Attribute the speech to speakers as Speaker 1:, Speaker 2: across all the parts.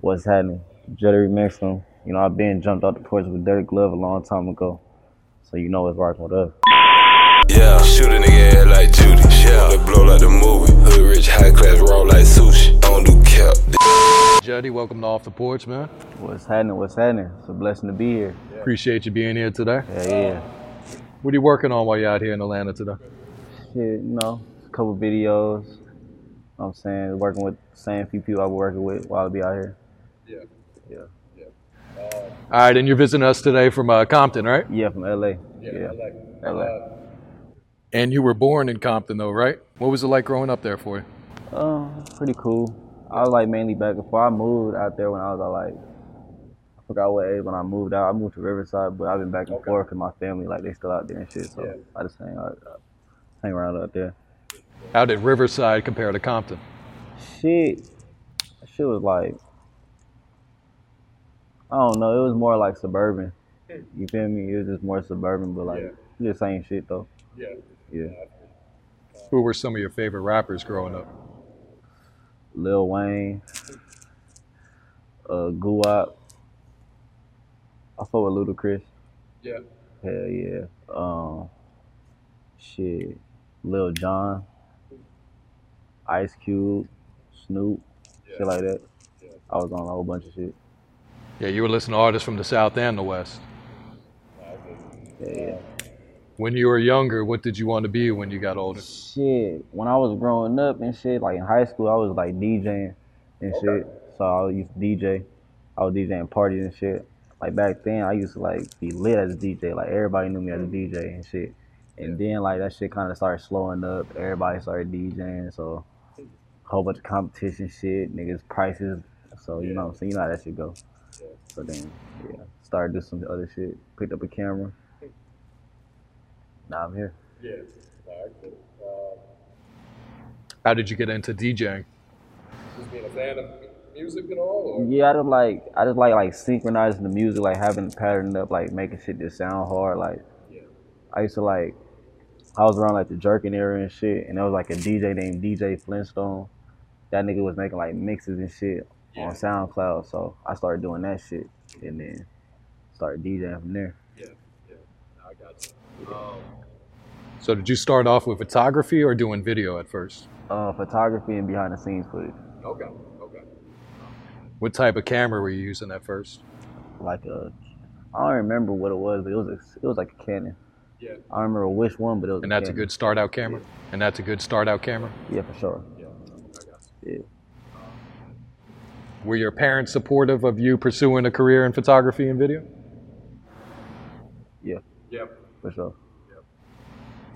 Speaker 1: what's happening. Jittery Maximum. You know, I've been jumped off the porch with Dirty Glove a long time ago. So you know it's rocking with us.
Speaker 2: Yeah, shoot a nigga head like Judy. Yeah, it blow like the movie. Hood rich, high class, raw like sushi. Don't do cap.
Speaker 3: Juddy, welcome to Off the Porch, man.
Speaker 1: What's happening? What's happening? It's a blessing to be here.
Speaker 3: Appreciate you being here today.
Speaker 1: Yeah, yeah.
Speaker 3: What are you working on while you're out here in Atlanta today?
Speaker 1: Shit, you know, a couple videos. You know what I'm saying, working with the same few people I was working with while I be out here.
Speaker 3: Yeah.
Speaker 1: Yeah.
Speaker 3: All right, and you're visiting us today from uh, Compton, right?
Speaker 1: Yeah, from LA. Yeah. LA.
Speaker 3: And you were born in Compton, though, right? What was it like growing up there for you?
Speaker 1: Um, pretty cool. I was like mainly back and forth. I moved out there when I was uh, like, I forgot what age when I moved out. I moved to Riverside, but I've been back and forth because my family, like, they still out there and shit. So I just hang out, hang around out there.
Speaker 3: How did Riverside compare to Compton?
Speaker 1: Shit, that shit was like, I don't know. It was more like suburban. You feel me? It was just more suburban, but like the same shit though. Yeah. Yeah.
Speaker 3: Who were some of your favorite rappers growing up?
Speaker 1: Lil Wayne, uh, Guap. I fuck with Ludacris.
Speaker 3: Yeah.
Speaker 1: Hell yeah. Um, shit, Lil Jon, Ice Cube, Snoop, shit like that. I was on a whole bunch of shit.
Speaker 3: Yeah, you were listening to artists from the South and the West.
Speaker 1: Yeah, yeah.
Speaker 3: When you were younger, what did you want to be when you got older?
Speaker 1: Shit, when I was growing up and shit, like in high school, I was like DJing and shit. So I used to DJ. I was DJing parties and shit. Like back then, I used to like be lit as a DJ. Like everybody knew me as a DJ and shit. And then like that shit kind of started slowing up. Everybody started DJing, so a whole bunch of competition shit, niggas prices. So you know, so you know how that shit go. So then, yeah, started doing some other shit. Picked up a camera. Now I'm here.
Speaker 3: How did you get into DJing?
Speaker 1: Yeah, I just like I just like like synchronizing the music, like having it patterned up, like making shit just sound hard. Like I used to like I was around like the jerking area and shit, and there was like a DJ named DJ Flintstone. That nigga was making like mixes and shit on SoundCloud, so I started doing that shit, and then started DJing from there.
Speaker 3: So did you start off with photography or doing video at first?
Speaker 1: Uh, photography and behind the scenes footage,
Speaker 3: Okay, okay. What type of camera were you using at first?
Speaker 1: like a I don't remember what it was, but it was a, it was like a Canon.
Speaker 3: Yeah.
Speaker 1: I don't remember which one, but it was.
Speaker 3: And that's a
Speaker 1: Canon.
Speaker 3: good start out camera? And that's a good start out camera?
Speaker 1: Yeah, for sure. Yeah.
Speaker 3: Were your parents supportive of you pursuing a career in photography and video?
Speaker 1: Yeah,
Speaker 3: Yep.
Speaker 1: for sure.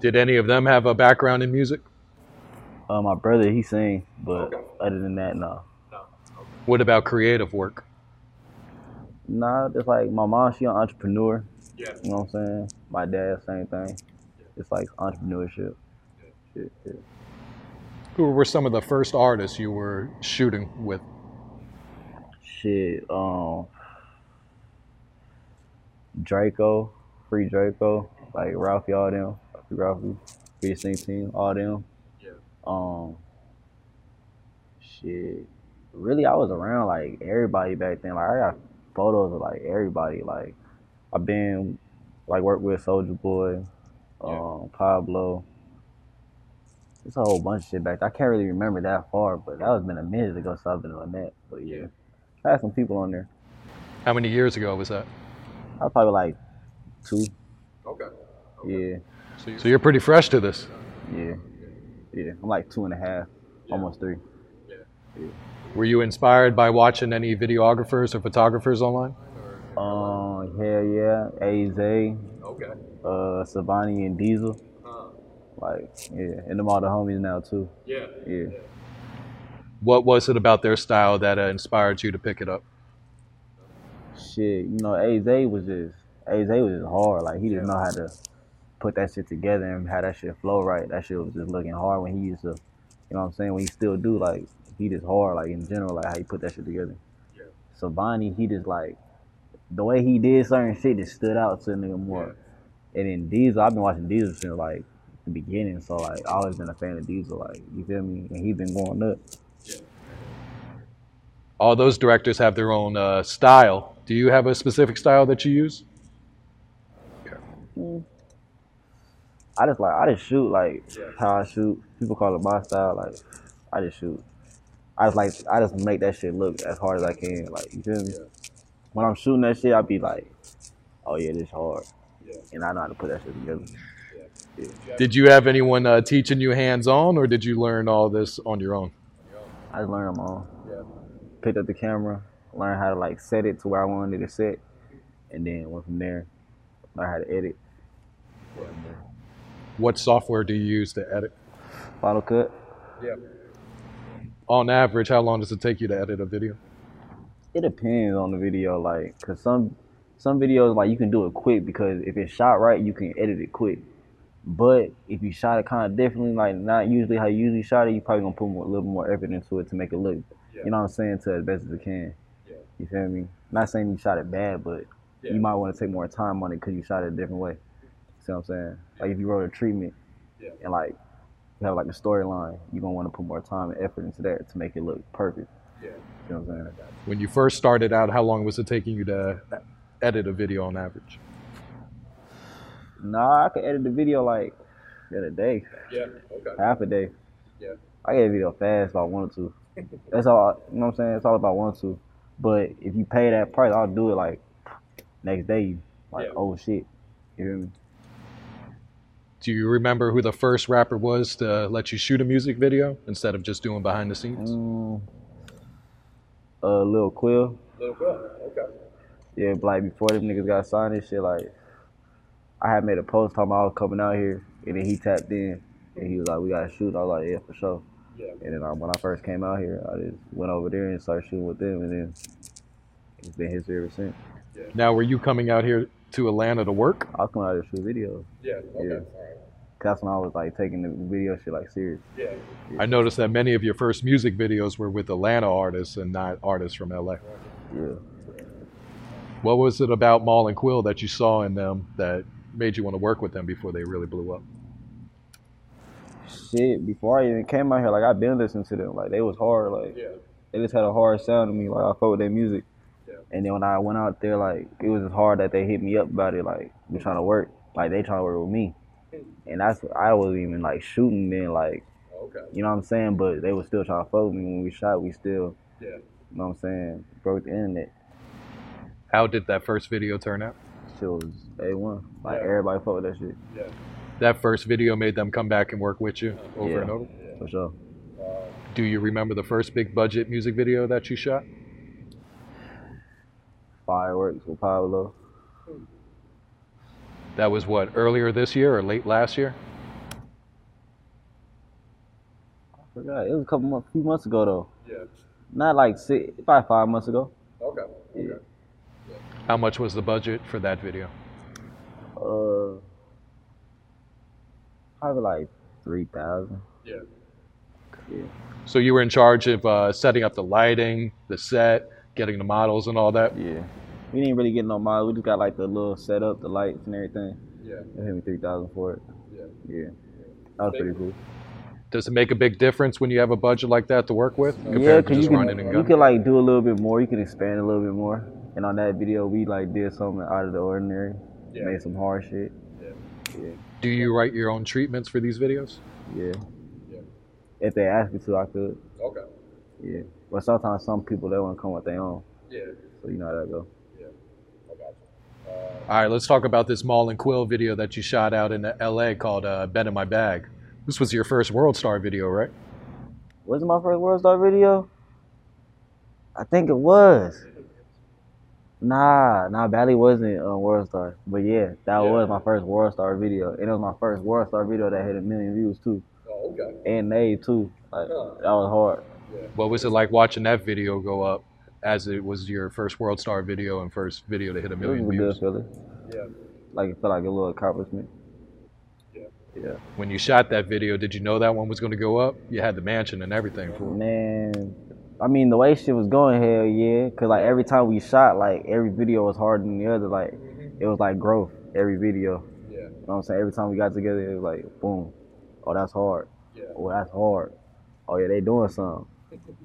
Speaker 3: Did any of them have a background in music?
Speaker 1: Uh, my brother, he sings, but other than that, no.
Speaker 3: What about creative work?
Speaker 1: Nah, just like my mom, she an entrepreneur. Yeah. You know what I'm saying? My dad, same thing. It's like entrepreneurship. Shit, yeah.
Speaker 3: Who were some of the first artists you were shooting with?
Speaker 1: Shit. Um. Draco, free Draco, like Ralphie, all them, free Ralphie, free the same team, all them. Yeah. Um. Shit. Really, I was around like everybody back then. Like I got photos of like everybody. Like I've been like worked with Soldier Boy, um, Pablo. It's a whole bunch of shit back. I can't really remember that far, but that was been a minute ago. So I've been on that. But yeah. I had some people on there.
Speaker 3: How many years ago was that?
Speaker 1: I was probably like two.
Speaker 3: Okay.
Speaker 1: Yeah,
Speaker 3: So you're pretty fresh to this.
Speaker 1: yeah, yeah. I'm like two and a half, almost three.
Speaker 3: Were you inspired by watching any videographers or photographers online?
Speaker 1: Um, hell yeah, AZ,
Speaker 3: Okay.
Speaker 1: uh, Savani and Diesel. Like, yeah, and them all the homies now too.
Speaker 3: Yeah.
Speaker 1: Yeah.
Speaker 3: What was it about their style that uh, inspired you to pick it up?
Speaker 1: Shit, you know, AZ was just AZ was just hard. Like he didn't know how to put that shit together and how that shit flow right. That shit was just looking hard when he used to, you know what I'm saying? When he still do like he just hard like in general like how he put that shit together. So Bonnie, he just like the way he did certain shit just stood out to a nigga more. And then Diesel, I've been watching Diesel since like the beginning, so like I always been a fan of Diesel, like you feel me? And he been going up.
Speaker 3: All those directors have their own uh, style. Do you have a specific style that you use?
Speaker 1: I just like I just shoot like how I shoot. People call it my style. Like I just shoot. I just like I just make that shit look as hard as I can. Like you feel me? When I'm shooting that shit, I be like, oh yeah, this hard. And I know how to put that shit together.
Speaker 3: Did you have anyone uh, teaching you hands on, or did you learn all this on your own?
Speaker 1: I just learned them all. Picked up the camera, learned how to like set it to where I wanted it to set, and then went from there. Learn how to edit.
Speaker 3: What software do you use to edit?
Speaker 1: Final cut.
Speaker 3: On average, how long does it take you to edit a video?
Speaker 1: It depends on the video, like, cause some some videos like you can do it quick because if it's shot right, you can edit it quick. But if you shot it kind of differently, like not usually how you usually shot it, you probably gonna put more, a little more effort into it to make it look, you know what I'm saying, to as best as it can. You feel me? Not saying you shot it bad, but you might want to take more time on it because you shot it a different way. See what I'm saying? Like if you wrote a treatment and like you have like a storyline, you gonna want to put more time and effort into that to make it look perfect. Yeah. You know what I'm saying?
Speaker 3: When you first started out, how long was it taking you to edit a video on average?
Speaker 1: Nah, I could edit the video like in a day,
Speaker 3: Yeah. Okay.
Speaker 1: half a day.
Speaker 3: Yeah.
Speaker 1: I get a video fast if I wanted to. That's all. You know what I'm saying? It's all about wanting to. But if you pay that price, I'll do it like next day. Like
Speaker 3: Yeah.
Speaker 1: oh shit, you hear me?
Speaker 3: Do you remember who the first rapper was to let you shoot a music video instead of just doing behind the scenes?
Speaker 1: Mm, uh, Lil Quill.
Speaker 3: Okay.
Speaker 1: Yeah, but like before them niggas got signed and shit, like I had made a post talking about I was coming out here, and then he tapped in, and he was like, "We gotta shoot." I was like, "Yeah, for sure."
Speaker 3: Yeah.
Speaker 1: And then um, when I first came out here, I just went over there and started shooting with them, and then it's been history ever since.
Speaker 3: Now, were you coming out here to Atlanta to work?
Speaker 1: I was coming out here to shoot videos.
Speaker 3: Yeah.
Speaker 1: Yeah. That's when I was like taking the video shit like serious.
Speaker 3: I noticed that many of your first music videos were with Atlanta artists and not artists from LA.
Speaker 1: Yeah.
Speaker 3: What was it about Maul and Quill that you saw in them that made you want to work with them before they really blew up?
Speaker 1: Shit, before I even came out here, like I've been listening to them. Like they was hard. Like they just had a hard sound to me. Like I fought with their music. And then when I went out there, like it was just hard that they hit me up about it. Like we trying to work. Like they trying to work with me. And that's I wasn't even like shooting then. Like
Speaker 3: Okay.
Speaker 1: you know what I'm saying. But they was still trying to fuck with me when we shot. We still.
Speaker 3: Yeah.
Speaker 1: You know what I'm saying? Broke the internet.
Speaker 3: How did that first video turn out?
Speaker 1: Shit was A1. Like everybody fuck with that shit.
Speaker 3: That first video made them come back and work with you over
Speaker 1: Yeah.
Speaker 3: and over.
Speaker 1: For sure.
Speaker 3: Do you remember the first big budget music video that you shot?
Speaker 1: Fireworks with Pablo.
Speaker 3: That was what, earlier this year or late last year?
Speaker 1: forgot. It was a couple months, few months ago though. Yeah. Not like six, probably five months ago.
Speaker 3: Okay.
Speaker 1: Yeah.
Speaker 3: How much was the budget for that video?
Speaker 1: Uh, probably like three thousand.
Speaker 3: Yeah.
Speaker 1: Yeah.
Speaker 3: So you were in charge of uh, setting up the lighting, the set, getting the models and all that?
Speaker 1: Yeah. We didn't really get no model. We just got like the little setup, the lights and everything.
Speaker 3: Yeah.
Speaker 1: They hit me three thousand for it.
Speaker 3: Yeah.
Speaker 1: Yeah. That was pretty cool.
Speaker 3: Does it make a big difference when you have a budget like that to work with compared
Speaker 1: yeah,
Speaker 3: to
Speaker 1: cause you
Speaker 3: just running
Speaker 1: can,
Speaker 3: and
Speaker 1: you
Speaker 3: gunning?
Speaker 1: could like do a little bit more. You could expand a little bit more. And on that video, we like did something out of the ordinary. Made some hard shit.
Speaker 3: Do you write your own treatments for these videos?
Speaker 1: Yeah. If they ask me to, I could.
Speaker 3: Okay.
Speaker 1: Yeah. But sometimes some people they want to come with their own.
Speaker 3: Yeah.
Speaker 1: So you know how that go.
Speaker 3: All right, let's talk about this Maul and Quill video that you shot out in LA called uh, Ben in My Bag. This was your first World Star video, right?
Speaker 1: Was it my first World Star video? I think it was. Nah, nah, Bally wasn't on World Star, but yeah, that
Speaker 3: Yeah.
Speaker 1: was my first World Star video, and it was my first World Star video that hit a million views too,
Speaker 3: Oh, okay.
Speaker 1: and they too. Like that was hard.
Speaker 3: What was it like watching that video go up as it was your first World Star video and first video to hit a
Speaker 1: It was
Speaker 3: million
Speaker 1: a
Speaker 3: views?
Speaker 1: good feeling.
Speaker 3: Yeah.
Speaker 1: Like it felt like a little accomplishment.
Speaker 3: When you shot that video, did you know that one was going to go up? You had the mansion and everything for it.
Speaker 1: Man, I mean the way shit was going, hell yeah. Cause like every time we shot, like every video was harder than the other. Like it was like growth every video.
Speaker 3: Yeah.
Speaker 1: You know what I'm saying? Every time we got together, it was like boom. Oh, that's hard.
Speaker 3: Yeah.
Speaker 1: Oh, that's hard. Oh yeah, they doing something.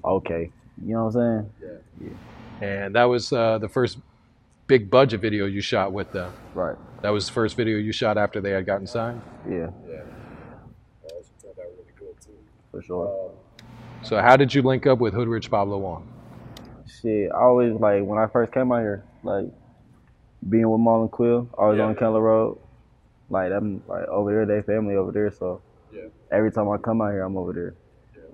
Speaker 1: Okay. You know what I'm saying?
Speaker 3: And that was uh, the first big budget video you shot with them.
Speaker 1: Right.
Speaker 3: That was the first video you shot after they had gotten signed.
Speaker 1: Yeah. For
Speaker 3: Uh,
Speaker 1: sure.
Speaker 3: So how did you link up with Hood Rich Pablo Wong?
Speaker 1: Shit, I always like when I first came out here, like being with Marlon Quill, I was
Speaker 3: Yeah.
Speaker 1: on Keller Road. Like I'm like over there, they family over there, so
Speaker 3: Yeah.
Speaker 1: every time I come out here, I'm over there.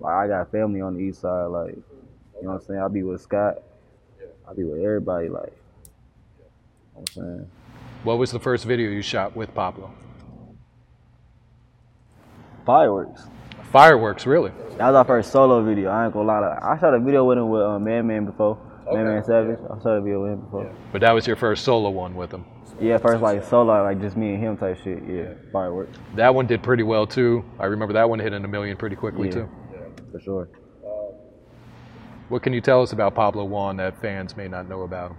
Speaker 1: Like I got family on the east side, like you know what I'm saying. I be with Scott, I be with everybody, like you know what I'm saying.
Speaker 3: What was the first video you shot with Pablo?
Speaker 1: Fireworks.
Speaker 3: Fireworks, really?
Speaker 1: That was our first solo video. I ain't gonna lie. To, I shot a video with him with uh, Man Man before. Man Man Savage. I shot a video with him before.
Speaker 3: But that was your first solo one with him.
Speaker 1: Yeah, first like solo, like just me and him type shit. Yeah, fireworks
Speaker 3: That one did pretty well too. I remember that one hitting a million pretty quickly
Speaker 1: Yeah.
Speaker 3: too.
Speaker 1: for sure.
Speaker 3: What can you tell us about Pablo Juan that fans may not know about him?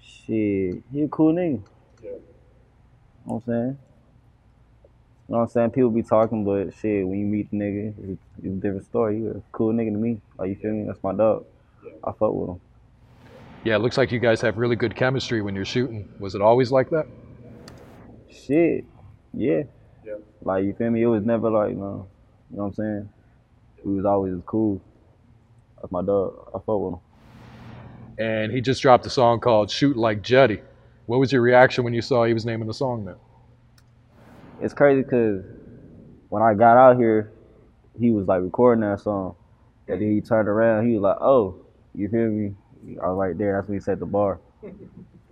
Speaker 1: Shit, he a cool nigga. Know what I'm saying? You know what I'm saying? People be talking, but shit, when you meet the nigga, it's, it's a different story. You a cool nigga to me. Like, you feel me? That's my dog. I fuck with him.
Speaker 3: Yeah, it looks like you guys have really good chemistry when you're shooting. Was it always like that?
Speaker 1: Shit, yeah. Like, you feel me? It was never like, no. You know what I'm saying? We was always cool. That's my dog. I fuck with him.
Speaker 3: And he just dropped a song called Shoot Like Jetty. What was your reaction when you saw he was naming the song that?
Speaker 1: It's crazy because when I got out here, he was like recording that song. And then he turned around, he was like, oh, you hear me? I was right there. That's when he set the bar. And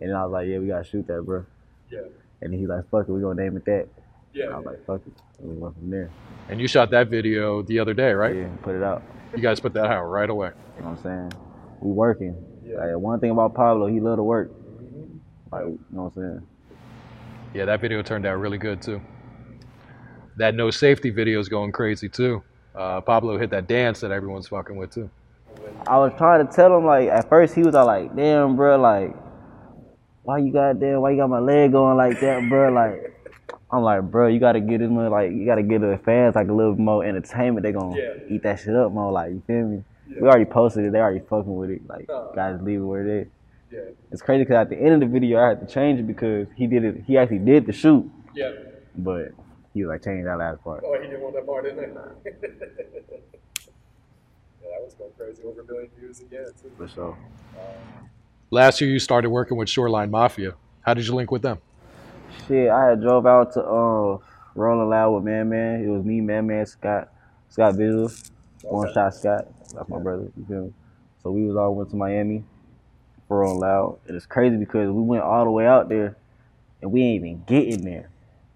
Speaker 1: then I was like, yeah, we got to shoot that, bro.
Speaker 3: Yeah.
Speaker 1: And then he's like, fuck it, we going to name it that. And I
Speaker 3: Yeah.
Speaker 1: was like, fuck it. And we went from there.
Speaker 3: And you shot that video the other day, right?
Speaker 1: Yeah, and put it out.
Speaker 3: You guys put that out right away.
Speaker 1: You know what I'm saying? We working. Like, one thing about Pablo, he love to work.
Speaker 3: Mm-hmm.
Speaker 1: Like, you know what I'm saying?
Speaker 3: Yeah, that video turned out really good too. That no safety video is going crazy too. Uh, Pablo hit that dance that everyone's fucking with too.
Speaker 1: I was trying to tell him like at first he was all like, "Damn, bro, like, why you got damn, why you got my leg going like that, bro?" Like, I'm like, "Bro, you gotta get him like, you gotta get the fans like a little more entertainment. They gonna eat that shit up more. Like, you feel me? We already posted it. They already fucking with it. Like,
Speaker 3: Uh.
Speaker 1: guys, leave it where it is. It's crazy because at the end of the video, I had to change it because he did it. He actually did the shoot,
Speaker 3: Yeah.
Speaker 1: but he was like, change that last part.
Speaker 3: Oh, he didn't want that part in there. yeah, that was going crazy. Over a million views again too.
Speaker 1: For sure.
Speaker 3: Last year, you started working with Shoreline Mafia. How did you link with them?
Speaker 1: Shit, I had drove out to uh Rolling Loud with Man Man. It was me, Man Man, Scott, Scott Visual, One Shot Scott. That's my brother. You feel me? So we was all went to Miami for Rolling Loud, and it's crazy because we went all the way out there, and we ain't even getting there.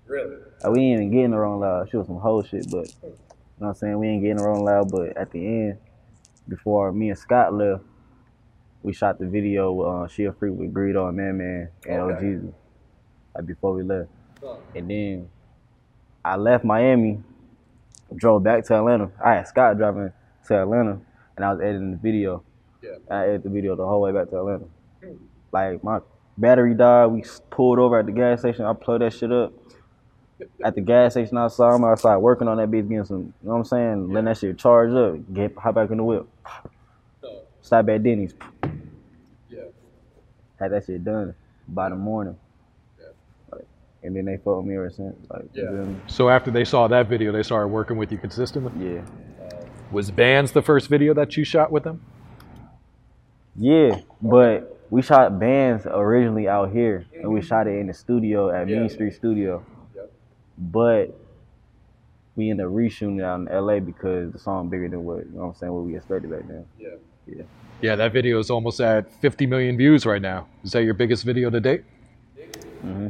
Speaker 3: Really?
Speaker 1: Like, we ain't even getting the Rolling Loud. She was some whole shit, but you know what I'm saying? We ain't getting the Rolling Loud, but at the end, before me and Scott left. We shot the video with uh, She a Freak with Greedo and Man Man and
Speaker 3: Okay.
Speaker 1: OGZ. Like uh, before we left. And then I left Miami, drove back to Atlanta. I had Scott driving to Atlanta, and I was editing the video.
Speaker 3: Yeah.
Speaker 1: And I edited the video the whole way back to Atlanta. Like my battery died. We s- pulled over at the gas station. I plugged that shit up. At the gas station outside, I'm outside working on that bitch, getting some. You know what I'm saying? Letting that shit charge up. Get hop back in the whip. Stop at Denny's.
Speaker 3: Yeah.
Speaker 1: Had that shit done by the morning. Like, and then they fucked with me ever since. Like, you
Speaker 3: Yeah.
Speaker 1: feel me?
Speaker 3: So after they saw that video, they started working with you consistently.
Speaker 1: yeah.
Speaker 3: Was Bands the first video that you shot with them?
Speaker 1: Yeah, but we shot bands originally out here, and we shot it in the studio at
Speaker 3: Yeah.
Speaker 1: Mean Street Studio.
Speaker 3: Yep.
Speaker 1: But we ended up reshooting it out in L.A. because the song bigger than what you know. what I'm saying what we expected back then.
Speaker 3: Yeah, that video is almost at 50 million views right now. Is that your biggest video to date? Mm-hmm.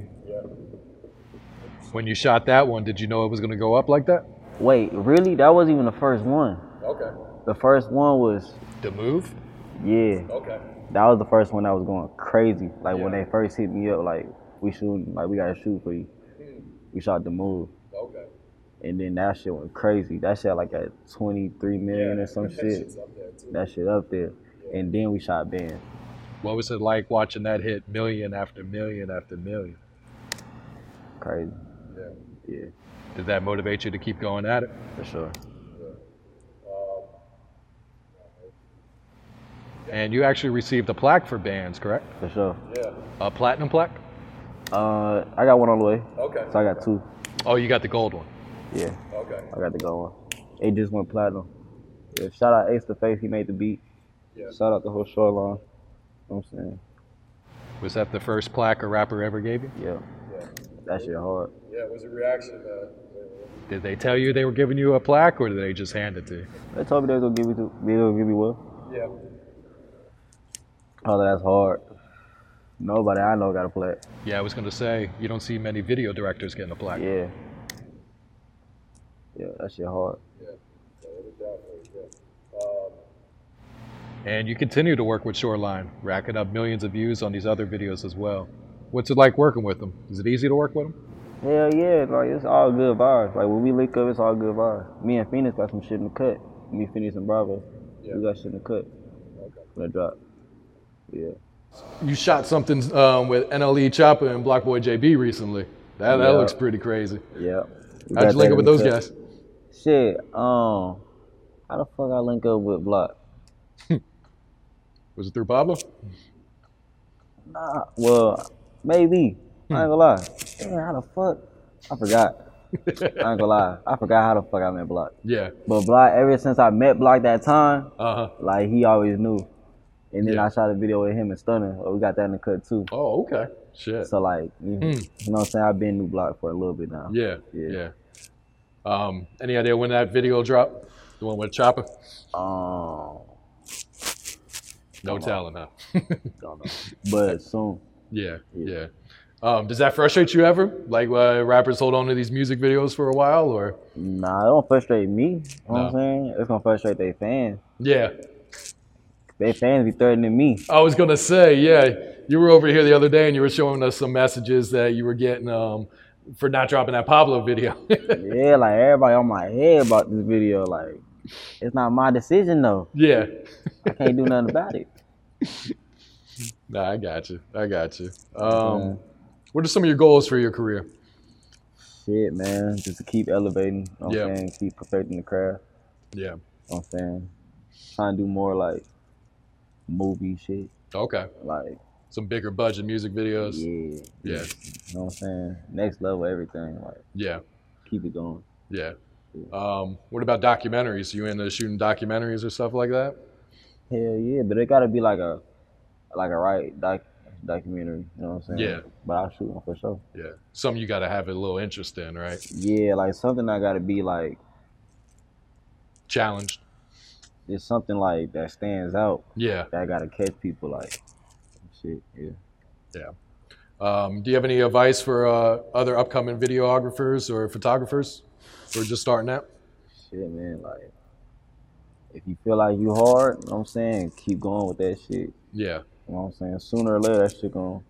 Speaker 3: When you shot that one, did you know it was going to go up like that?
Speaker 1: Wait, really? That wasn't even the first one.
Speaker 3: Okay.
Speaker 1: The first one was
Speaker 3: The move?
Speaker 1: yeah.
Speaker 3: Okay.
Speaker 1: That was the first one that was going crazy. Like when
Speaker 3: Yeah.
Speaker 1: they first hit me up, like we shooting, like we gotta shoot for you. We shot the move.
Speaker 3: Okay.
Speaker 1: And then that shit went crazy. That shit like at 23 million or some shit. That shit up there. And then we shot band.
Speaker 3: What was it like watching that hit million after million after million?
Speaker 1: Crazy. Yeah. Yeah,
Speaker 3: Did that motivate you to keep going at it?
Speaker 1: for sure.
Speaker 3: And you actually received a plaque for bands, correct?
Speaker 1: For sure.
Speaker 3: A platinum plaque?
Speaker 1: Uh, I got one on the way.
Speaker 3: Okay.
Speaker 1: So I got two.
Speaker 3: Oh, you got the gold one.
Speaker 1: Yeah.
Speaker 3: Okay.
Speaker 1: I got the gold one. It just went platinum. Yeah, shout out Ace the Face. He made the beat.
Speaker 3: Yeah.
Speaker 1: Shout out the whole shoreline. You know what I'm saying?
Speaker 3: Was that the first plaque a rapper ever gave you?
Speaker 1: Yeah. That shit hard.
Speaker 3: Yeah, it was a reaction. uh, Did they tell you they were giving you a plaque or did they just hand it to you?
Speaker 1: They told me they was gonna give me two. They gonna give me what?
Speaker 3: Yeah.
Speaker 1: Oh, that's hard. Nobody I know got a play.
Speaker 3: Yeah, I was going to say, you don't see many video directors getting a plaque.
Speaker 1: Yeah. Yeah, that shit hard.
Speaker 3: And you continue to work with Shoreline, racking up millions of views on these other videos as well. What's it like working with them? Is it easy to work with them?
Speaker 1: Hell yeah, like it's all good vibes. Like when we link up, it's all good vibes. Me and Phoenix got some shit in the cut. Me, Phoenix, and Bravo, we got shit in the cut. When it drop. Yeah.
Speaker 3: You shot something um, with NLE Chopper and Block Boy JB recently. That, that
Speaker 1: Yeah.
Speaker 3: looks pretty crazy.
Speaker 1: Yeah. We
Speaker 3: How'd
Speaker 1: got
Speaker 3: you link
Speaker 1: that
Speaker 3: up with
Speaker 1: in
Speaker 3: those
Speaker 1: the cut.
Speaker 3: guys?
Speaker 1: Shit. Um. How the fuck I link up with Block?
Speaker 3: Was it through Pablo?
Speaker 1: Nah. Well, maybe. I ain't gonna lie. Damn, how the fuck? I forgot. I ain't gonna lie. I forgot how the fuck I met Block.
Speaker 3: Yeah.
Speaker 1: But Block, ever since I met Block that time,
Speaker 3: Uh huh.
Speaker 1: like he always knew. And then
Speaker 3: Yeah.
Speaker 1: I shot a video with him and Stunner. We got that in the cut too.
Speaker 3: Oh, okay. Shit.
Speaker 1: So like, you, you know what I'm saying? I've been new block for a little bit now.
Speaker 3: Hmm. Yeah. Yeah.
Speaker 1: Yeah.
Speaker 3: Um, any idea when that video dropped? The one with Chopper?
Speaker 1: Um,
Speaker 3: No telling, huh?
Speaker 1: don't know. But soon,
Speaker 3: Yeah, yeah. Um, does that frustrate you ever? Like uh, rappers hold on to these music videos for a while, or
Speaker 1: nah, it don't frustrate me. You know what
Speaker 3: No.
Speaker 1: I'm saying? It's gonna frustrate their fans.
Speaker 3: yeah.
Speaker 1: They fans be threatening me.
Speaker 3: I was gonna say, yeah, you were over here the other day and you were showing us some messages that you were getting um, for not dropping that Pablo video.
Speaker 1: Yeah, like everybody on my head about this video. Like, it's not my decision though.
Speaker 3: yeah,
Speaker 1: I can't do nothing about it.
Speaker 3: nah, I got you. I got you. Um, what are some of your goals for your career?
Speaker 1: Shit, man. Just to keep elevating. You know what
Speaker 3: Yeah.
Speaker 1: I'm saying? Keep perfecting the craft.
Speaker 3: Yeah.
Speaker 1: You know what I'm saying? Trying to do more like movie shit.
Speaker 3: Okay.
Speaker 1: Like,
Speaker 3: Some bigger budget music videos.
Speaker 1: yeah. You
Speaker 3: Yeah.
Speaker 1: know what I'm saying? Next level everything. Like,
Speaker 3: Yeah.
Speaker 1: keep it going.
Speaker 3: Yeah. Um, what about documentaries? You into shooting documentaries or stuff like that?
Speaker 1: Hell yeah, but it gotta be like a like a right doc documentary, you know what I'm saying?
Speaker 3: Yeah.
Speaker 1: But I'll shoot one for sure.
Speaker 3: Yeah. Some you got to have a little interest in, right?
Speaker 1: Yeah, like something I gotta be like
Speaker 3: Challenged.
Speaker 1: it's something like that stands out
Speaker 3: Yeah.
Speaker 1: that gotta catch people like shit, yeah.
Speaker 3: Um, do you have any advice for uh, other upcoming videographers or photographers who are just starting out?
Speaker 1: Shit man, like if you feel like you hard, you know what I'm saying, keep going with that shit.
Speaker 3: Yeah.
Speaker 1: You know what I'm saying? Sooner or later that shit gonna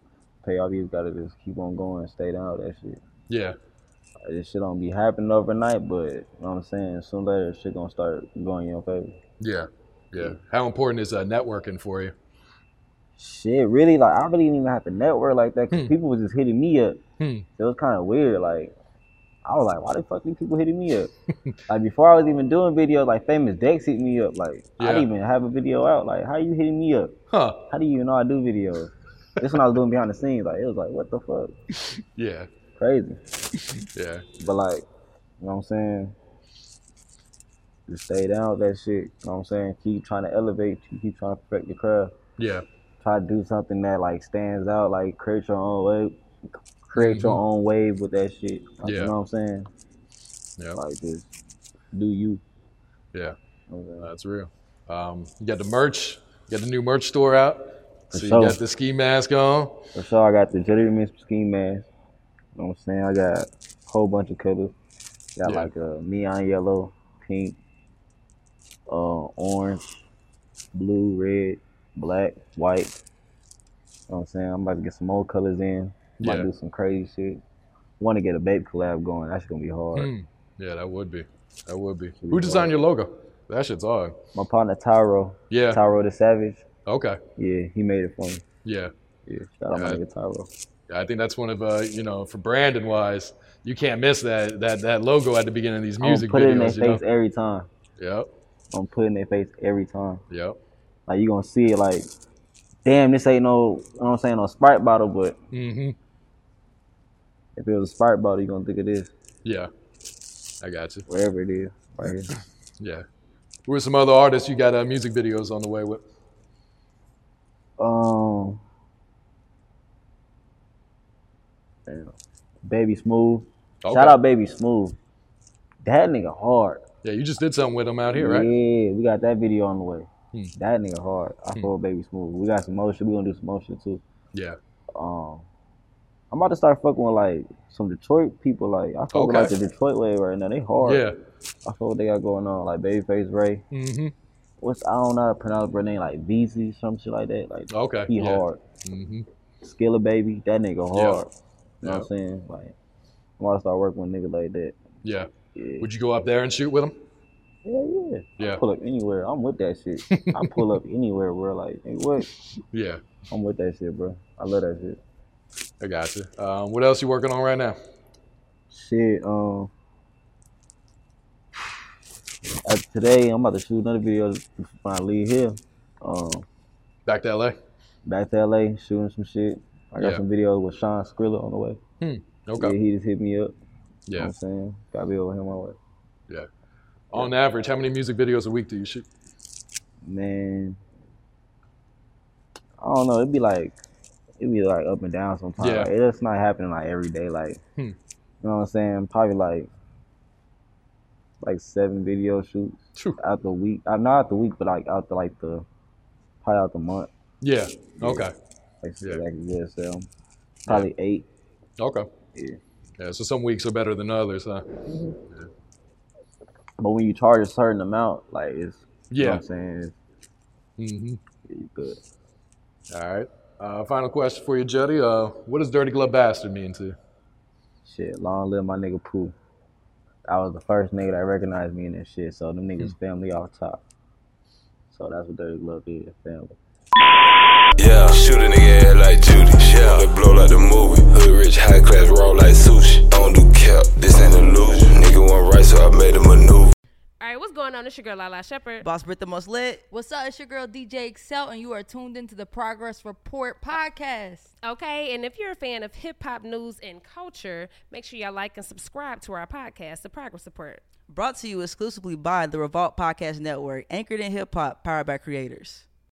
Speaker 1: pay off. You just gotta just keep on going, stay down with that shit.
Speaker 3: Yeah.
Speaker 1: Like, This shit don't be happening overnight, but you know what I'm saying? Sooner or later, shit gonna start going in your favor.
Speaker 3: Yeah. Yeah. How important is uh, networking for you?
Speaker 1: Shit, really? Like, I really didn't even have to network like that 'cause people was just hitting me up.
Speaker 3: Hmm.
Speaker 1: So it was kind of weird. Like, I was like, why the fuck these people hitting me up? like, before I was even doing videos, like, Famous Dex hit me up. Like, I
Speaker 3: Yeah.
Speaker 1: didn't even have a video out. Like, how you hitting me up?
Speaker 3: Huh.
Speaker 1: How do you even know I do videos? this when I was doing behind the scenes. Like, it was like, what the fuck?
Speaker 3: Yeah.
Speaker 1: Crazy.
Speaker 3: Yeah.
Speaker 1: But, like, you know what I'm saying? Just stay down with that shit. You know what I'm saying? Keep trying to elevate. Keep trying to perfect your craft.
Speaker 3: Yeah.
Speaker 1: Try to do something that like stands out, like create your own wave, create your own wave with that shit. Like,
Speaker 3: Yeah.
Speaker 1: You know what I'm saying?
Speaker 3: Yeah.
Speaker 1: Like just do you.
Speaker 3: Yeah.
Speaker 1: Okay.
Speaker 3: That's real. Um, you got the merch. You got the new merch store out. So you
Speaker 1: sure.
Speaker 3: got the ski mask on.
Speaker 1: For sure, I got the Jelly Mist ski mask. You know what I'm saying? I got a whole bunch of colors. Got
Speaker 3: Yeah.
Speaker 1: like a neon yellow, pink, uh, orange, blue, red, black, white. You know what I'm saying? I'm about to get some more colors in. Might
Speaker 3: Yeah.
Speaker 1: do some crazy shit. Want to get a babe collab going. That's gonna be hard.
Speaker 3: Hmm. Yeah, that would be. That would be. Who designed your logo? That shit's hard.
Speaker 1: My partner Tyro,
Speaker 3: Yeah.
Speaker 1: Tyro the Savage.
Speaker 3: Okay.
Speaker 1: Yeah, he made it for me.
Speaker 3: Yeah.
Speaker 1: Yeah, shout out my
Speaker 3: Yeah.
Speaker 1: nigga Tyro.
Speaker 3: Yeah, I think that's one of uh, you know, for Brandon wise, you can't miss that that that logo at the beginning of these music
Speaker 1: I'm put it in their
Speaker 3: videos.
Speaker 1: face
Speaker 3: You know?
Speaker 1: every time.
Speaker 3: Yep.
Speaker 1: I'm putting their face every time.
Speaker 3: Yep.
Speaker 1: Like you gonna see it like, damn, this ain't no you know what I'm saying, no Sprite bottle, but
Speaker 3: hmm
Speaker 1: if it was a Sprite bottle, you gonna think of this,
Speaker 3: Yeah. I got you.
Speaker 1: wherever it is. Right here.
Speaker 3: Yeah. Who are some other artists you got uh, music videos on the way with?
Speaker 1: Um damn. Baby Smooth.
Speaker 3: Okay.
Speaker 1: Shout out Baby Smooth. That nigga hard.
Speaker 3: Yeah, you just did something with them out here, right? Hmm.
Speaker 1: Yeah, we got that video on the way. That nigga hard. I feel Baby Smooth. We got some motion. We gonna do some motion too.
Speaker 3: Yeah.
Speaker 1: Um I'm about to start fucking with like some Detroit people. Like I fuck with
Speaker 3: Okay.
Speaker 1: like the Detroit way right now. They hard.
Speaker 3: Yeah.
Speaker 1: I feel what they got going on, like Babyface Ray.
Speaker 3: hmm
Speaker 1: What's I don't know how to pronounce her name, like VZ, some shit like that. Like
Speaker 3: Okay.
Speaker 1: he
Speaker 3: yeah.
Speaker 1: hard.
Speaker 3: Mhm.
Speaker 1: Skiller baby, that nigga
Speaker 3: Yeah.
Speaker 1: hard. You know what I'm saying? Like I'm about to start working with niggas like that.
Speaker 3: Yeah.
Speaker 1: Yeah.
Speaker 3: Would you go up there and shoot with them?
Speaker 1: Yeah, yeah.
Speaker 3: Yeah.
Speaker 1: I pull up anywhere. I'm with that shit. I pull up anywhere, bro. Like, hey, what?
Speaker 3: Yeah.
Speaker 1: I'm with that shit, bro. I love that shit.
Speaker 3: I got you. Um, what else you working on right now?
Speaker 1: Shit, um uh, today I'm about to shoot another video before I leave here. Um
Speaker 3: Back to LA?
Speaker 1: back to LA, shooting some shit. I got
Speaker 3: Yeah.
Speaker 1: some videos with Sean Skrilla on the way.
Speaker 3: Okay.
Speaker 1: Yeah, he just hit me up. You know what
Speaker 3: Yeah.
Speaker 1: I'm saying? Gotta be over him on way.
Speaker 3: Yeah. On average, how many music videos a week do you shoot?
Speaker 1: Man. I don't know, it'd be like it'd be like up and down sometimes.
Speaker 3: Yeah.
Speaker 1: Like, it's not happening like every day, like
Speaker 3: Hmm.
Speaker 1: you know what I'm saying? Probably like like seven video shoots
Speaker 3: Phew.
Speaker 1: out the week. Uh, not out the week, but like out the like the probably out the month.
Speaker 3: Yeah. Okay.
Speaker 1: Like
Speaker 3: Yeah.
Speaker 1: exactly yeah, so probably eight.
Speaker 3: Okay.
Speaker 1: Yeah.
Speaker 3: Yeah. So some weeks are better than others, huh?
Speaker 1: But when you charge a certain amount, like it's you know
Speaker 3: Yeah.
Speaker 1: what I'm saying?
Speaker 3: hmm
Speaker 1: It's, you good.
Speaker 3: All right. Uh, final question for you, Jody. Uh, what does "dirty glove bastard" mean to you?
Speaker 1: Shit, long live my nigga Pooh. I was the first nigga that recognized me in that shit, so them niggas family off top. So that's what Dirty Glove is, family.
Speaker 2: Yeah, shoot a nigga head like Judy. Yeah, it blow like the movie. Hood rich, high class, raw like sushi. Don't do cap, this ain't illusion. Nigga went right, so I made a maneuver.
Speaker 4: All right, what's going on? It's your girl Lala Shepherd.
Speaker 5: Boss Brit the most lit.
Speaker 6: What's up? It's your girl DJ Excel, and you are tuned into the Progress Report podcast.
Speaker 4: Okay, and if you're a fan of hip hop news and culture, make sure y'all like and subscribe to our podcast, The Progress Report.
Speaker 5: Brought to you exclusively by the Revolt Podcast Network, anchored in hip hop, powered by creators.